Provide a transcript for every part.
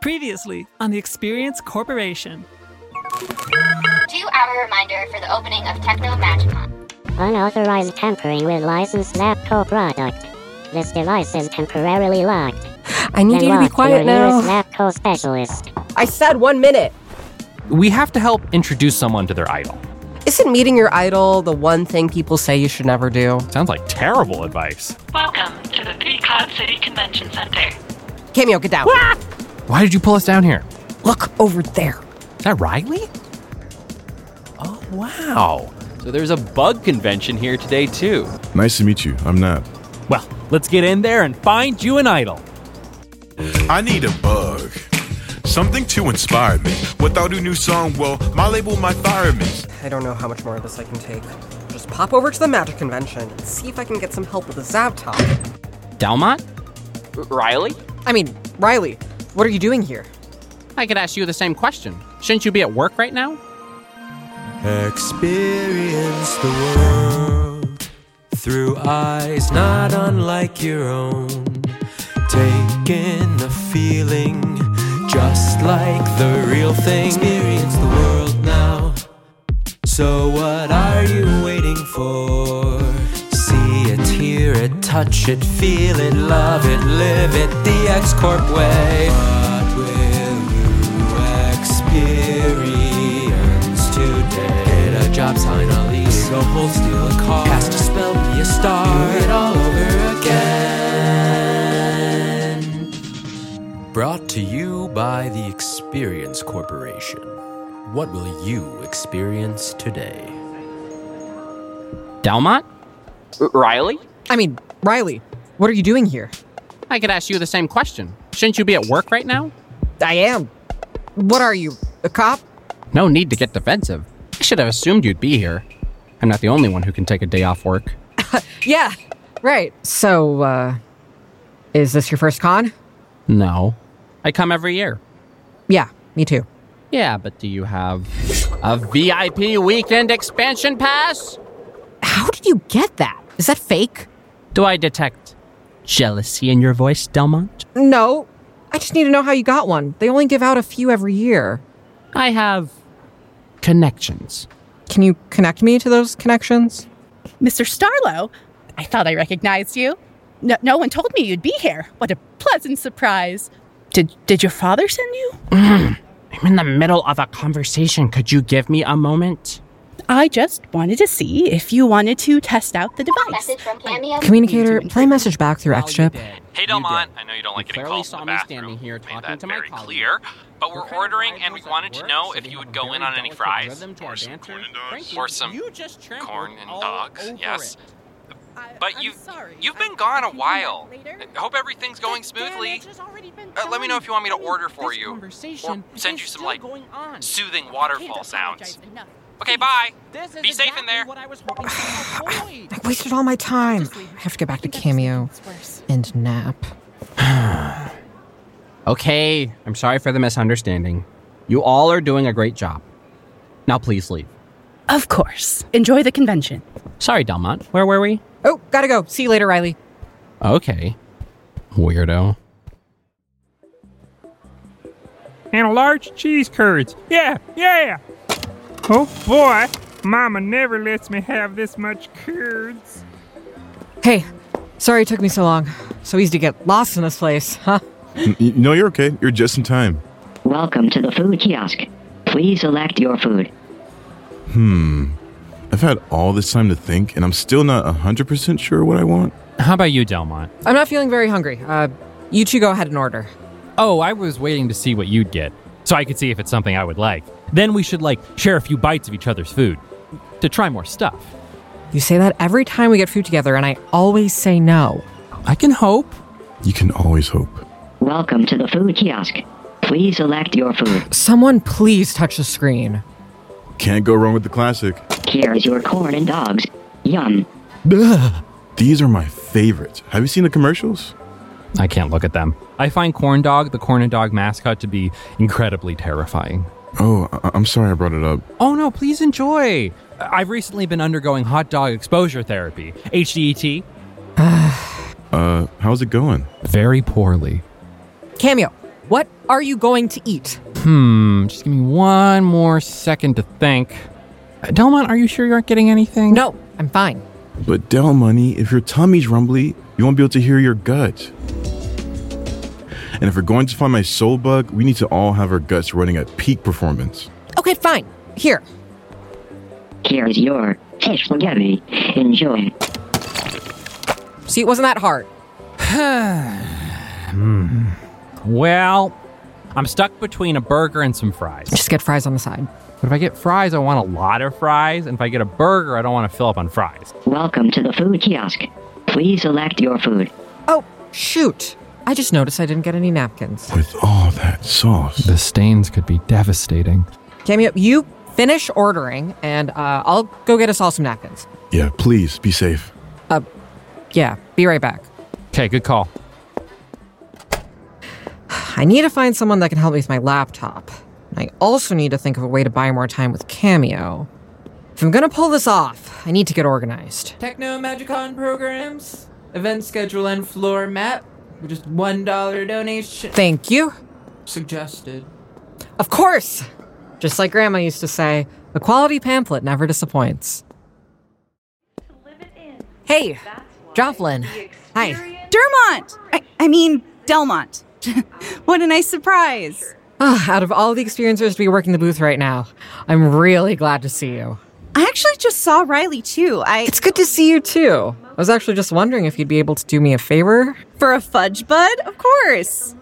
previously on the Experience Corporation. Two hour reminder for the opening of Techno Magicon. Unauthorized tampering with licensed NAPCO product. This device is temporarily locked. I need you to be Then walk to your quiet nearest now. NAPCO specialist. I said one minute. We have to help introduce someone to their idol. Isn't meeting your idol the one thing people say you should never do? Sounds like terrible advice. Welcome to the Peacock City Convention Center. Cameo, get down. Why did you pull us down here? Look over there. Is that Riley? Oh, wow. So there's a bug convention here today, too. Nice to meet you. I'm Nab. Well, let's get in there and find you an idol. I need a bug. Something to inspire me. Without a new song, well, my label might fire me. I don't know how much more of this I can take. Just pop over to the magic convention and see if I can get some help with the Zaptop. Delmont? Riley? I mean, Riley, what are you doing here? I could ask you the same question. Shouldn't you be at work right now? Experience the world through eyes not unlike your own. Take in the feeling just like the real thing. Experience the world now. So, what are you waiting for? See it, hear it, touch it, feel it, love it, live it the X Corp way. What will you experience today? Get a job, sign a lease, go hold, steal a car, cast a spell, be a star, do it all over again. Brought to you by the Experience Corporation. What will you experience today? Delmont? Riley? I mean, Riley, what are you doing here? I could ask you the same question. Shouldn't you be at work right now? I am. What are you, a cop? No need to get defensive. I should have assumed you'd be here. I'm not the only one who can take a day off work. Yeah, right. So, uh, is this your first con? No. I come every year. Yeah, me too. Yeah, but do you have a VIP weekend expansion pass? How did you get that? Is that fake? Do I detect jealousy in your voice, Delmont? No. I just need to know how you got one. They only give out a few every year. I have connections. Can you connect me to those connections? Mr. Starlow, I thought I recognized you. No, no one told me you'd be here. What a pleasant surprise. Did, did your father send you? I'm in the middle of a conversation. Could you give me a moment? I just wanted to see if you wanted to test out the device. Message from Cameo. Communicator, play message back through Well, X you chip. did. Hey, You Delmont. did. I know you don't You like getting clearly calls saw from the me bathroom. standing here Made talking that to my very colleague. clear. But We're we're kind of ordering, and we rivals at wanted to work, know so if we you have would a go in very on any delicate fries rhythm to our or some banter. corn and Frankly, dogs or some you just trampled corn and all dogs. over Yes. it. But you've you've been gone a while. I Hope everything's going smoothly. Uh, let me know if you want me to order for you, or send you some, like, Soothing waterfall sounds. Okay, bye. Be safe in there. I wasted all my time. I have to get back to Cameo and nap. Okay, I'm sorry for the misunderstanding. You all are doing a great job. Now please leave. Of course. Enjoy the convention. Sorry, Delmont. Where were we? Oh, gotta go. See you later, Riley. Okay. Weirdo. and large cheese curds. Yeah, yeah. Oh boy, Mama never lets me have this much curds. Hey, sorry it took me so long. So easy to get lost in this place, huh? N- y- no, you're okay. You're just in time. Welcome to the food kiosk. Please select your food. I've had all this time to think, and I'm still not 100% sure what I want. How about you, Delmont? I'm not feeling very hungry. Uh, you two go ahead and order. Oh, I was waiting to see what you'd get, so I could see if it's something I would like. Then we should, like, share a few bites of each other's food to try more stuff. You say that every time we get food together, and I always say no. I can hope. You can always hope. Welcome to the food kiosk. Please select your food. Someone please touch the screen. Can't go wrong with the classic. Here's your corn and dogs. Yum. Ugh. These are my favorites. Have you seen the commercials? I can't look at them. I find Corn Dog, the Corn and Dog mascot, to be incredibly terrifying. Oh, I- I'm sorry I brought it up. Oh no, please enjoy! I've recently been undergoing hot dog exposure therapy, E HDET. Uh, how's it going? Very poorly. Cameo, What are you going to eat? Hmm, just give me one more second to think. Uh, Delmont, are you sure you aren't getting anything? No, I'm fine. But Dell Money, if your tummy's rumbly, you won't be able to hear your gut. And if we're going to find my soul bug, we need to all have our guts running at peak performance. Okay, fine. Here. Here is your fish spaghetti. Enjoy. See, it wasn't that hard. Hmm. Well, I'm stuck between a burger and some fries. Just get fries on the side. But if I get fries, I want a lot of fries. And if I get a burger, I don't want to fill up on fries. Welcome to the food kiosk. Please select your food. Oh, shoot. I just noticed I didn't get any napkins. With all that sauce. The stains could be devastating. Cameo, you finish ordering, and uh, I'll go get us all some napkins. Yeah, please be safe. Uh, yeah, be right back. Okay, good call. I need to find someone that can help me with my laptop. And I also need to think of a way to buy more time with Cameo. If I'm gonna pull this off, I need to get organized. Techno Magicon programs, event schedule, and floor map. Just one dollar donation. Thank you. Suggested. Of course! Just like Grandma used to say, the quality pamphlet never disappoints. Hey, Jocelyn. Hi. Dermont! I, I mean, Delmont. what a nice surprise. Ah, out of all the experiencers to be working the booth right now, I'm really glad to see you. I actually just saw Riley too. I It's good to see you too. I was actually just wondering if you'd be able to do me a favor. For a fudge bud? Of course.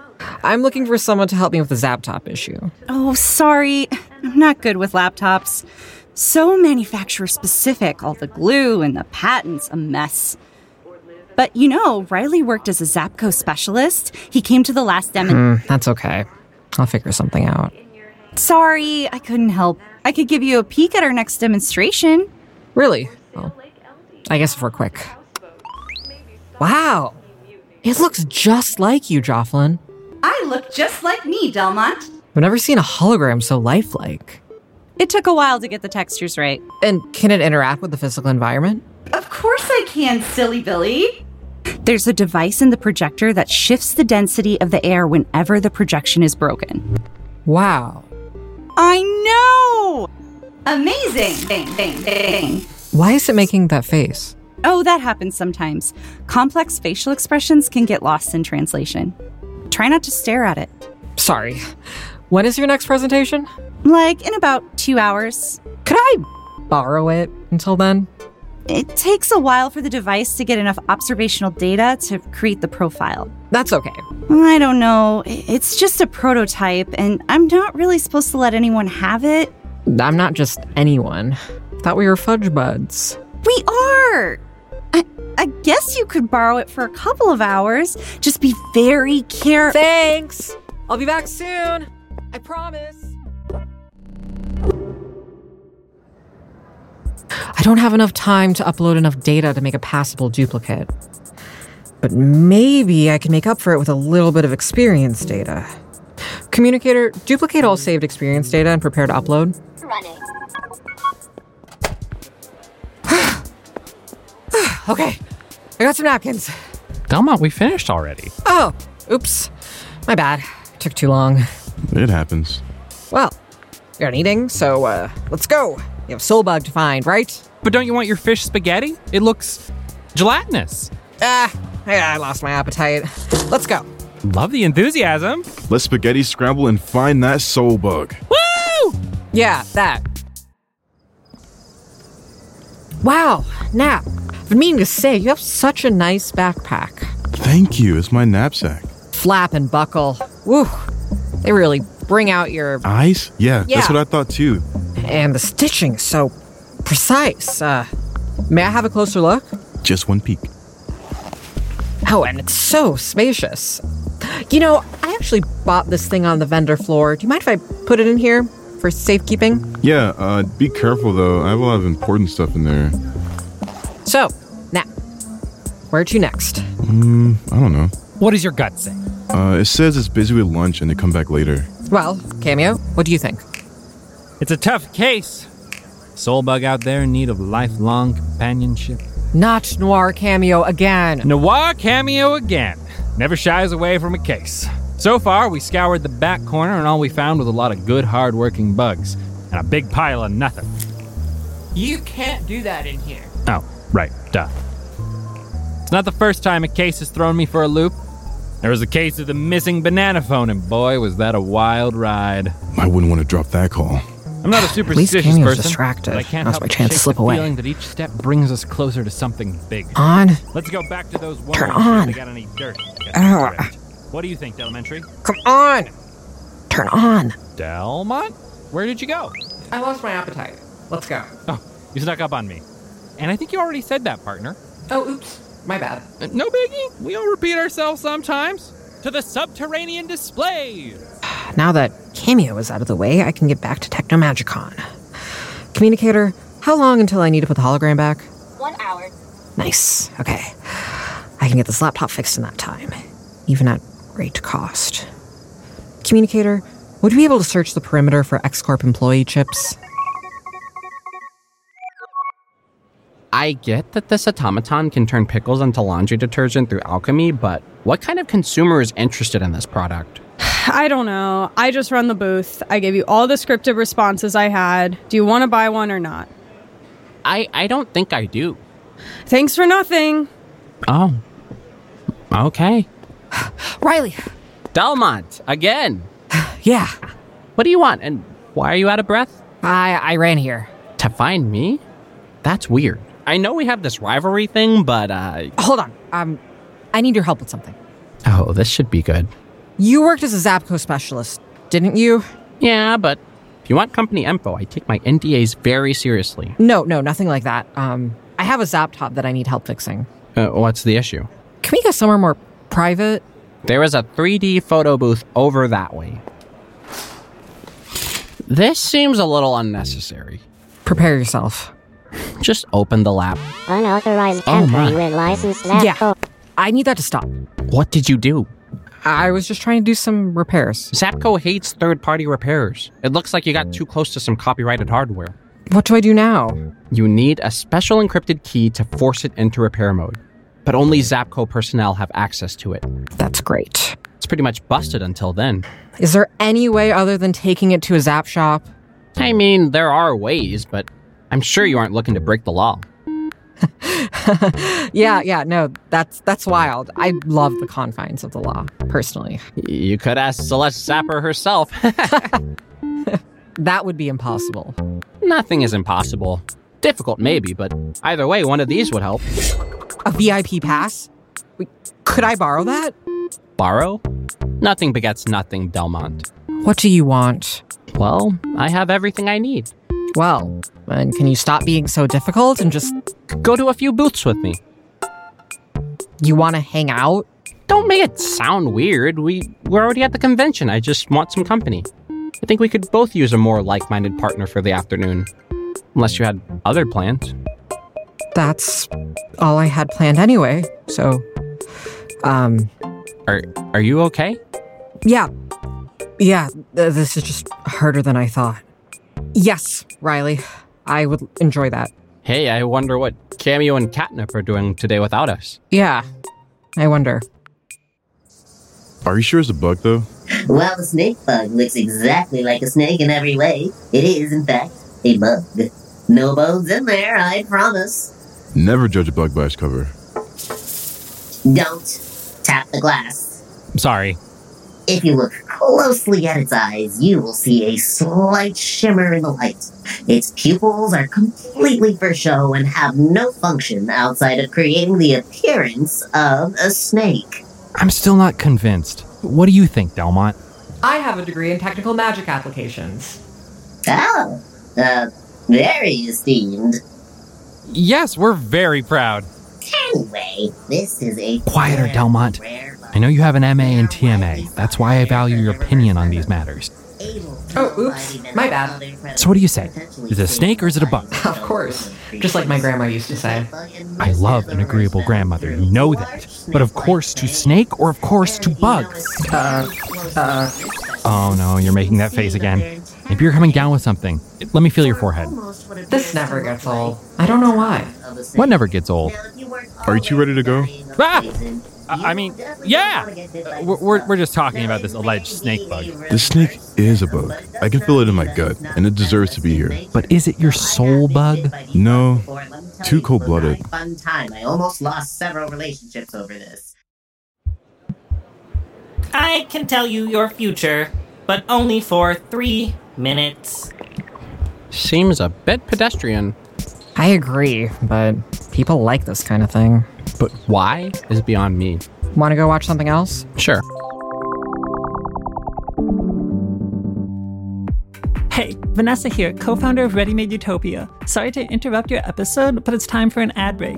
I'm looking for someone to help me with the laptop issue. Oh, sorry. I'm not good with laptops. So manufacturer specific, all the glue and the patents, a mess. But you know, Riley worked as a Zapco specialist. He came to the last demo. Mm, that's okay. I'll figure something out. Sorry, I couldn't help. I could give you a peek at our next demonstration. Really? Well, I guess if we're quick. Wow. It looks just like you, Jocelyn. I look just like me, Delmont. I've never seen a hologram so lifelike. It took a while to get the textures right. And can it interact with the physical environment? Of course I can, silly Billy. There's a device in the projector that shifts the density of the air whenever the projection is broken. Wow. I know! Amazing! Ding, ding, ding. Why is it making that face? Oh, that happens sometimes. Complex facial expressions can get lost in translation. Try not to stare at it. Sorry. When is your next presentation? Like in about two hours. Could I borrow it until then? It takes a while for the device to get enough observational data to create the profile. That's okay. I don't know. It's just a prototype, and I'm not really supposed to let anyone have it. I'm not just anyone. Thought we were fudge buds. We are! I, I guess you could borrow it for a couple of hours. Just be very careful. Thanks! I'll be back soon! I promise! I don't have enough time to upload enough data to make a passable duplicate. But maybe I can make up for it with a little bit of experience data. Communicator, duplicate all saved experience data and prepare to upload. Running. okay, I got some napkins. Delmont, we finished already. Oh, oops. My bad. Took too long. It happens. Well, you're not eating, so uh, let's go. You have soul bug to find, right? But don't you want your fish spaghetti? It looks gelatinous. Ah, yeah, I lost my appetite. Let's go. Love the enthusiasm. Let's spaghetti scramble and find that soul bug. Woo! Yeah, that. Wow, Nap. I've been meaning to say, you have such a nice backpack. Thank you. It's my knapsack. Flap and buckle. Woo. They really bring out your eyes. Yeah, yeah. that's what I thought too and the stitching is so precise. Uh, may I have a closer look? Just one peek. Oh, and it's so spacious. You know, I actually bought this thing on the vendor floor. Do you mind if I put it in here for safekeeping? Yeah, uh, be careful though. I have a lot of important stuff in there. So, now, where to next? Mm, I don't know. What does your gut say? Uh, it says it's busy with lunch and to come back later. Well, Cameo, what do you think? It's a tough case. Soul bug out there in need of lifelong companionship. Not Noir Cameo again. Noir Cameo again. Never shies away from a case. So far, we scoured the back corner, and all we found was a lot of good, hard-working bugs and a big pile of nothing. You can't do that in here. Oh, right, duh. It's not the first time a case has thrown me for a loop. There was the case of the missing banana phone, and boy, was that a wild ride. I wouldn't want to drop that call. I'm not a superstitious Kenny was person. distracted. but I can't Now's help my but chance to shake slip the away. Feeling that each step brings us closer to something big. On. Let's go back to those. women Turn and see if on. Oh, uh. They got any dirt? Get Ow. ripped. What do you think, Elementary? Come on! Turn on! Delmont? Where did you go? I lost my appetite. Let's go. Oh, you snuck up on me. And I think you already said that, partner. Oh, oops. My bad. Uh, No biggie. We all repeat ourselves sometimes. To the subterranean display. Now that Cameo is out of the way, I can get back to Technomagicon. Communicator, how long until I need to put the hologram back? One hour. Nice. Okay. I can get this laptop fixed in that time, even at great cost. Communicator, would you be able to search the perimeter for X Corp employee chips? I get that this automaton can turn pickles into laundry detergent through alchemy, but what kind of consumer is interested in this product? I don't know. I just run the booth. I gave you all the scripted responses I had. Do you want to buy one or not? I, I don't think I do. Thanks for nothing. Oh. Okay. Riley. Delmont, again. yeah. What do you want? And why are you out of breath? I I ran here. To find me? That's weird. I know we have this rivalry thing, but uh Hold on. Um, I need your help with something. Oh, this should be good. You worked as a Zapco specialist, didn't you? Yeah, but if you want company info, I take my NDAs very seriously. No, no, nothing like that. Um, I have a Zaptop that I need help fixing. Uh, what's the issue? Can we go somewhere more private? There is a 3D photo booth over that way. This seems a little unnecessary. Prepare yourself. Just open the lap. Unauthorized Oh, my. tampering with licensed lab Yeah. coat. I need that to stop. What did you do? I was just trying to do some repairs. Zapco hates third party repairs. It looks like you got too close to some copyrighted hardware. What do I do now? You need a special encrypted key to force it into repair mode, but only Zapco personnel have access to it. That's great. It's pretty much busted until then. Is there any way other than taking it to a Zap shop? I mean, there are ways, but I'm sure you aren't looking to break the law. Yeah, yeah, no, that's that's wild. I love the confines of the law, personally. You could ask Celeste Zapper herself. That would be impossible. Nothing is impossible. Difficult, maybe, but either way, one of these would help. A VIP pass? Wait, could I borrow that? Borrow? Nothing begets nothing, Delmont. What do you want? Well, I have everything I need. Well, then can you stop being so difficult and just go to a few booths with me? You want to hang out? Don't make it sound weird. We we're already at the convention. I just want some company. I think we could both use a more like-minded partner for the afternoon. Unless you had other plans. That's all I had planned anyway. So, um, Are are you okay? yeah. Yeah, th- this is just harder than I thought. Yes, Riley, I would enjoy that. Hey, I wonder what Cameo and Catnip are doing today without us. Yeah, I wonder. Are you sure it's a bug though? While the snake bug looks exactly like a snake in every way, it is, in fact, a bug. No bones in there, I promise. Never judge a bug by its cover. Don't tap the glass. Sorry. If you look closely at its eyes, you will see a slight shimmer in the light. Its pupils are completely for show and have no function outside of creating the appearance of a snake. I'm still not convinced. What do you think, Delmont? I have a degree in technical magic applications. Oh, uh, very esteemed. Yes, we're very proud. Anyway, this is a Quieter, Delmont. I know you have an MA and TMA. That's why I value your opinion on these matters. Oh, oops. My bad. So, what do you say? Is it a snake or is it a bug? Of course. Just like my grandma used to say. I love an agreeable grandmother, you know that. But of course to snake or of course to bug. Uh, uh. Oh no, you're making that face again. Maybe you're coming down with something. Let me feel your forehead. This never gets old. I don't know why. What never gets old? Are you two ready to go? Ah! I I mean, yeah. Uh, We're, we're, we're just talking about this alleged snake bug. This snake is a bug. I can feel it in my gut, and it deserves to be here. But is it your soul bug? No, too cold blooded. Fun time. I almost lost several relationships over this. I can tell you your future, but only for three minutes. Seems a bit pedestrian. I agree, but people like this kind of thing. But why is beyond me. Want to go watch something else? Sure. Hey, Vanessa here, co founder of Ready Made Utopia. Sorry to interrupt your episode, but it's time for an ad break.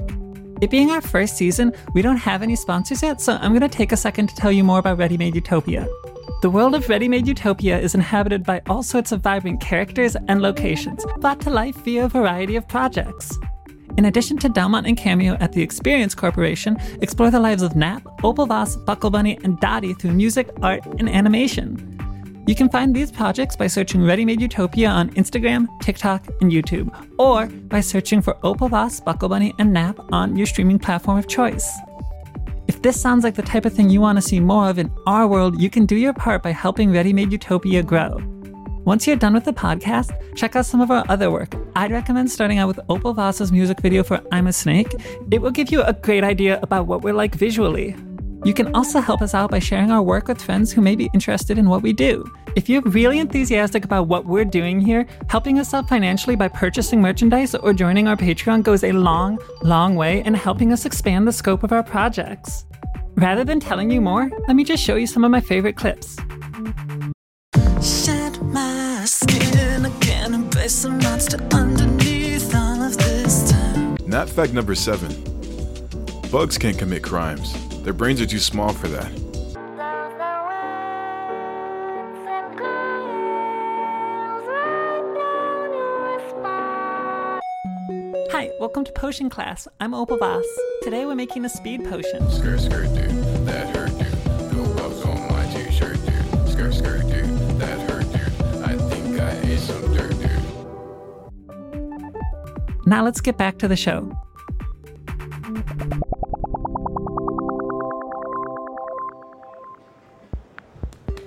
It being our first season, we don't have any sponsors yet, so I'm going to take a second to tell you more about Ready Made Utopia. The world of Ready Made Utopia is inhabited by all sorts of vibrant characters and locations, brought to life via a variety of projects. In addition to Delmont and Cameo at the Experience Corporation, explore the lives of Nap, Opal Voss, Buckle Bunny, and Dottie through music, art, and animation. You can find these projects by searching Ready Made Utopia on Instagram, TikTok, and YouTube, or by searching for Opal Voss, Buckle Bunny, and Nap on your streaming platform of choice. If this sounds like the type of thing you want to see more of in our world, you can do your part by helping Ready Made Utopia grow. Once you're done with the podcast, check out some of our other work. I'd recommend starting out with Opal Voss's music video for I'm a Snake. It will give you a great idea about what we're like visually. You can also help us out by sharing our work with friends who may be interested in what we do. If you're really enthusiastic about what we're doing here, helping us out financially by purchasing merchandise or joining our Patreon goes a long, long way in helping us expand the scope of our projects. Rather than telling you more, let me just show you some of my favorite clips. Shed my skin again and place a monster underneath all of this time. Nat fact number seven bugs can't commit crimes, their brains are too small for that. Hi, welcome to Potion Class. I'm Opal Voss. Today we're making a speed potion. Skirt, skirt, dude. That hurt, dude. Go bugs on my t shirt, dude. Skirt, skirt, dude. That hurt, dude. I think I ate some dirt, dude. Now let's get back to the show.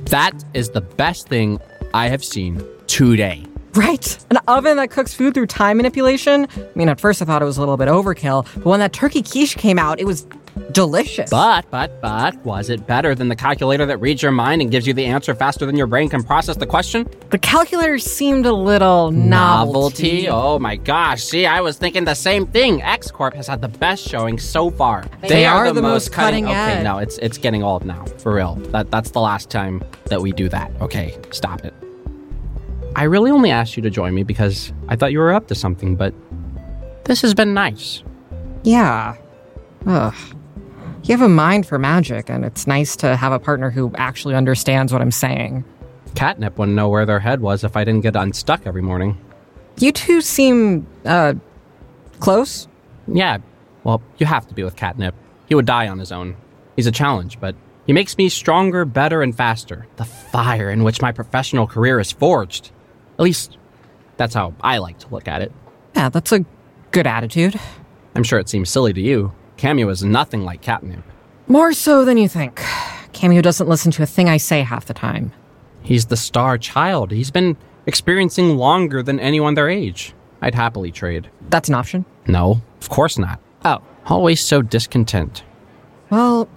That is the best thing I have seen today. Right? An oven that cooks food through time manipulation? I mean, at first I thought it was a little bit overkill, but when that turkey quiche came out, it was delicious. But, but, but, was it better than the calculator that reads your mind and gives you the answer faster than your brain can process the question? The calculator seemed a little novelty. Novelty? Oh my gosh. See, I was thinking the same thing. X Corp has had the best showing so far. They are the most cutting Okay, edge. no, it's it's getting old now. For real. That that's the last time that we do that. Okay, stop it. I really only asked you to join me because I thought you were up to something, but this has been nice. Yeah. Ugh. You have a mind for magic, and it's nice to have a partner who actually understands what I'm saying. Catnip wouldn't know where their head was if I didn't get unstuck every morning. You two seem, uh, close? Yeah, well, you have to be with Catnip. He would die on his own. He's a challenge, but he makes me stronger, better, and faster. The fire in which my professional career is forged. At least, that's how I like to look at it. Yeah, that's a good attitude. I'm sure it seems silly to you. Cameo is nothing like Catnip. More so than you think. Cameo doesn't listen to a thing I say half the time. He's the star child. He's been experiencing longer than anyone their age. I'd happily trade. That's an option. No, of course not. Oh. Always so discontent. Well,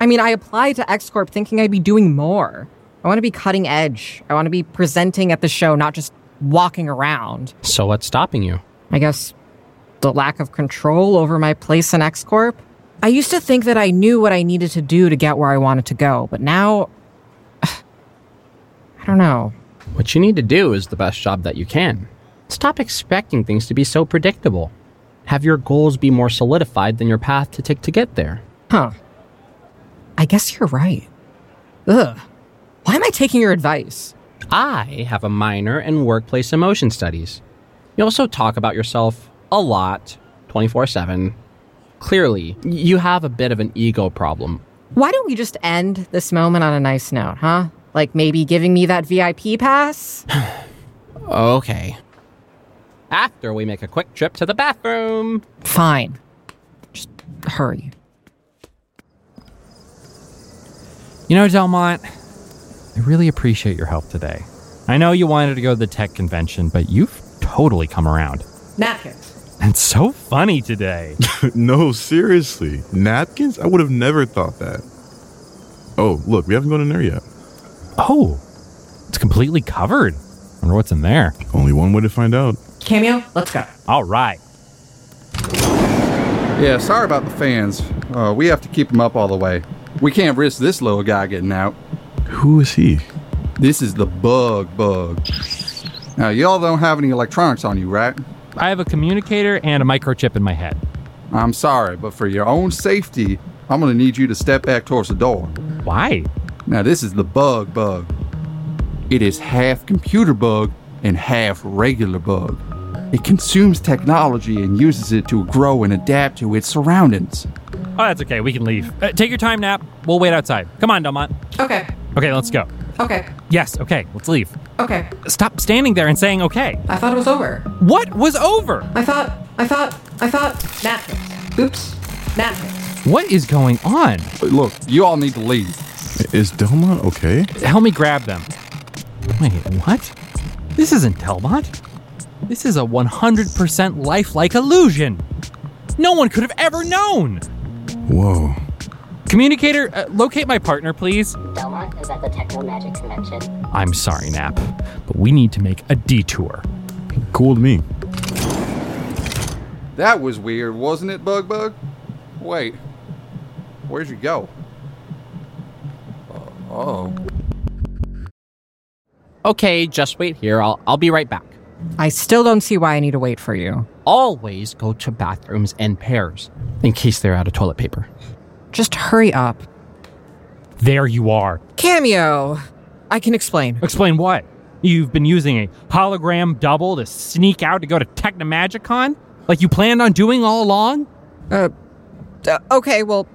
I mean, I applied to X Corp thinking I'd be doing more. I want to be cutting edge. I want to be presenting at the show, not just walking around. So what's stopping you? I guess the lack of control over my place in X Corp. I used to think that I knew what I needed to do to get where I wanted to go, but now. I don't know. What you need to do is the best job that you can. Stop expecting things to be so predictable. Have your goals be more solidified than your path to take to get there. Huh. I guess you're right. Ugh. Why am I taking your advice? I have a minor in workplace emotion studies. You also talk about yourself a lot, 24 7. Clearly, you have a bit of an ego problem. Why don't we just end this moment on a nice note, huh? Like maybe giving me that VIP pass? Okay. After we make a quick trip to the bathroom. Fine. Just hurry. You know, Delmont, I really appreciate your help today. I know you wanted to go to the tech convention, but you've totally come around. Napkins. And so funny today. no, seriously. Napkins? I would have never thought that. Oh, look, we haven't gone in there yet. Oh, it's completely covered. Wonder what's in there. Only one way to find out. Cameo, let's go. All right. Yeah, sorry about the fans. Uh, we have to keep them up all the way. We can't risk this little guy getting out. Who is he? This is the bug bug. Now, y'all don't have any electronics on you, right? I have a communicator and a microchip in my head. I'm sorry, but for your own safety, I'm going to need you to step back towards the door. Why? Now, this is the bug bug. It is half computer bug and half regular bug. It consumes technology and uses it to grow and adapt to its surroundings. Oh, that's okay. We can leave. Uh, take your time, Nap. We'll wait outside. Come on, Delmont. Okay. Okay, let's go. Okay. Yes, okay, let's leave. Okay. Stop standing there and saying okay. I thought it was over. What was over? I thought, I thought, I thought, napkins. Oops, napkins. What is going on? Look, you all need to leave. Is Delmont okay? Help me grab them. Wait, what? This isn't Delmont. This is a 100% lifelike illusion. No one could have ever known. Whoa. Communicator, uh, locate my partner, please. Delmont is at the Techno Magic Convention. I'm sorry, Nap, but we need to make a detour. Cool to me. That was weird, wasn't it, Bug Bug? Wait, where'd you go? Oh. Okay, just wait here. I'll, I'll be right back. I still don't see why I need to wait for you. Always go to bathrooms in pairs in case they're out of toilet paper. Just hurry up. There you are. Cameo! I can explain. Explain what? You've been using a hologram double to sneak out to go to Technomagicon? Like you planned on doing all along? Uh, uh, okay, well,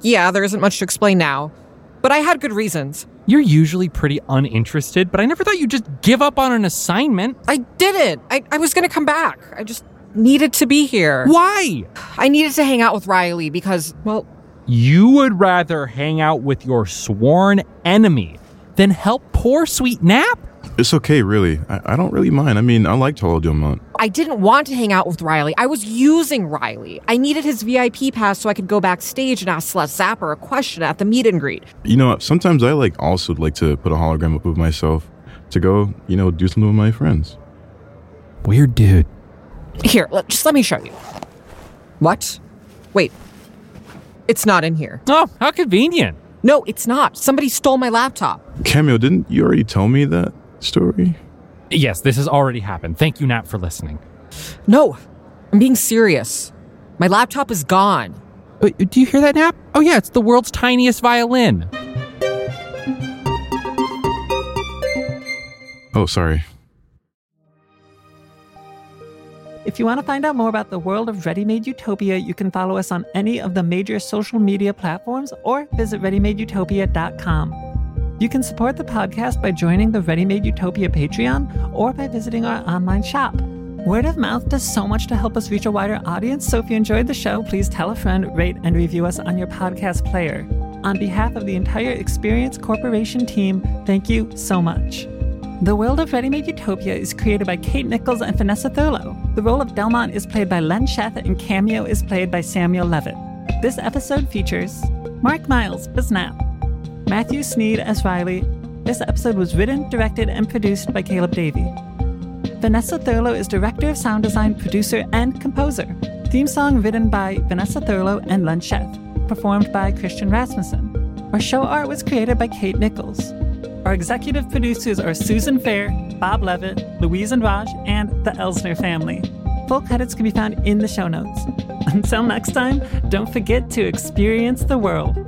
yeah, there isn't much to explain now. But I had good reasons. You're usually pretty uninterested, but I never thought you'd just give up on an assignment. I didn't. I, I was going to come back. I just needed to be here. Why? I needed to hang out with Riley because, well, You would rather hang out with your sworn enemy than help poor sweet Nap? It's okay, really. I, I don't really mind. I mean, I liked Hollow Delmont. I didn't want to hang out with Riley. I was using Riley. I needed his VIP pass so I could go backstage and ask Celeste Zapper a question at the meet and greet. You know, sometimes I like also like to put a hologram up of myself to go, you know, do something with my friends. Weird dude. Here, let, just let me show you. What? Wait. It's not in here. Oh, how convenient. No, it's not. Somebody stole my laptop. Cameo, didn't you already tell me that story? Yes, this has already happened. Thank you, Nap, for listening. No, I'm being serious. My laptop is gone. Wait, do you hear that, Nap? Oh, yeah, it's the world's tiniest violin. Oh, sorry. If you want to find out more about the world of Ready Made Utopia, you can follow us on any of the major social media platforms or visit readymadeutopia.com. You can support the podcast by joining the Ready Made Utopia Patreon or by visiting our online shop. Word of mouth does so much to help us reach a wider audience, so if you enjoyed the show, please tell a friend, rate, and review us on your podcast player. On behalf of the entire Experience Corporation team, thank you so much. The world of Ready Made Utopia is created by Kate Nichols and Vanessa Thurlow. The role of Delmont is played by Len Sheth, and Cameo is played by Samuel Levitt. This episode features Mark Miles as Nap, Matthew Sneed as Riley. This episode was written, directed, and produced by Caleb Davey. Vanessa Thurlow is director of sound design, producer, and composer. Theme song written by Vanessa Thurlow and Len Sheth, performed by Christian Rasmussen. Our show art was created by Kate Nichols. Our executive producers are Susan Fair, Bob Levitt, Louise and Raj, and the Elsner family. Full credits can be found in the show notes. Until next time, don't forget to experience the world.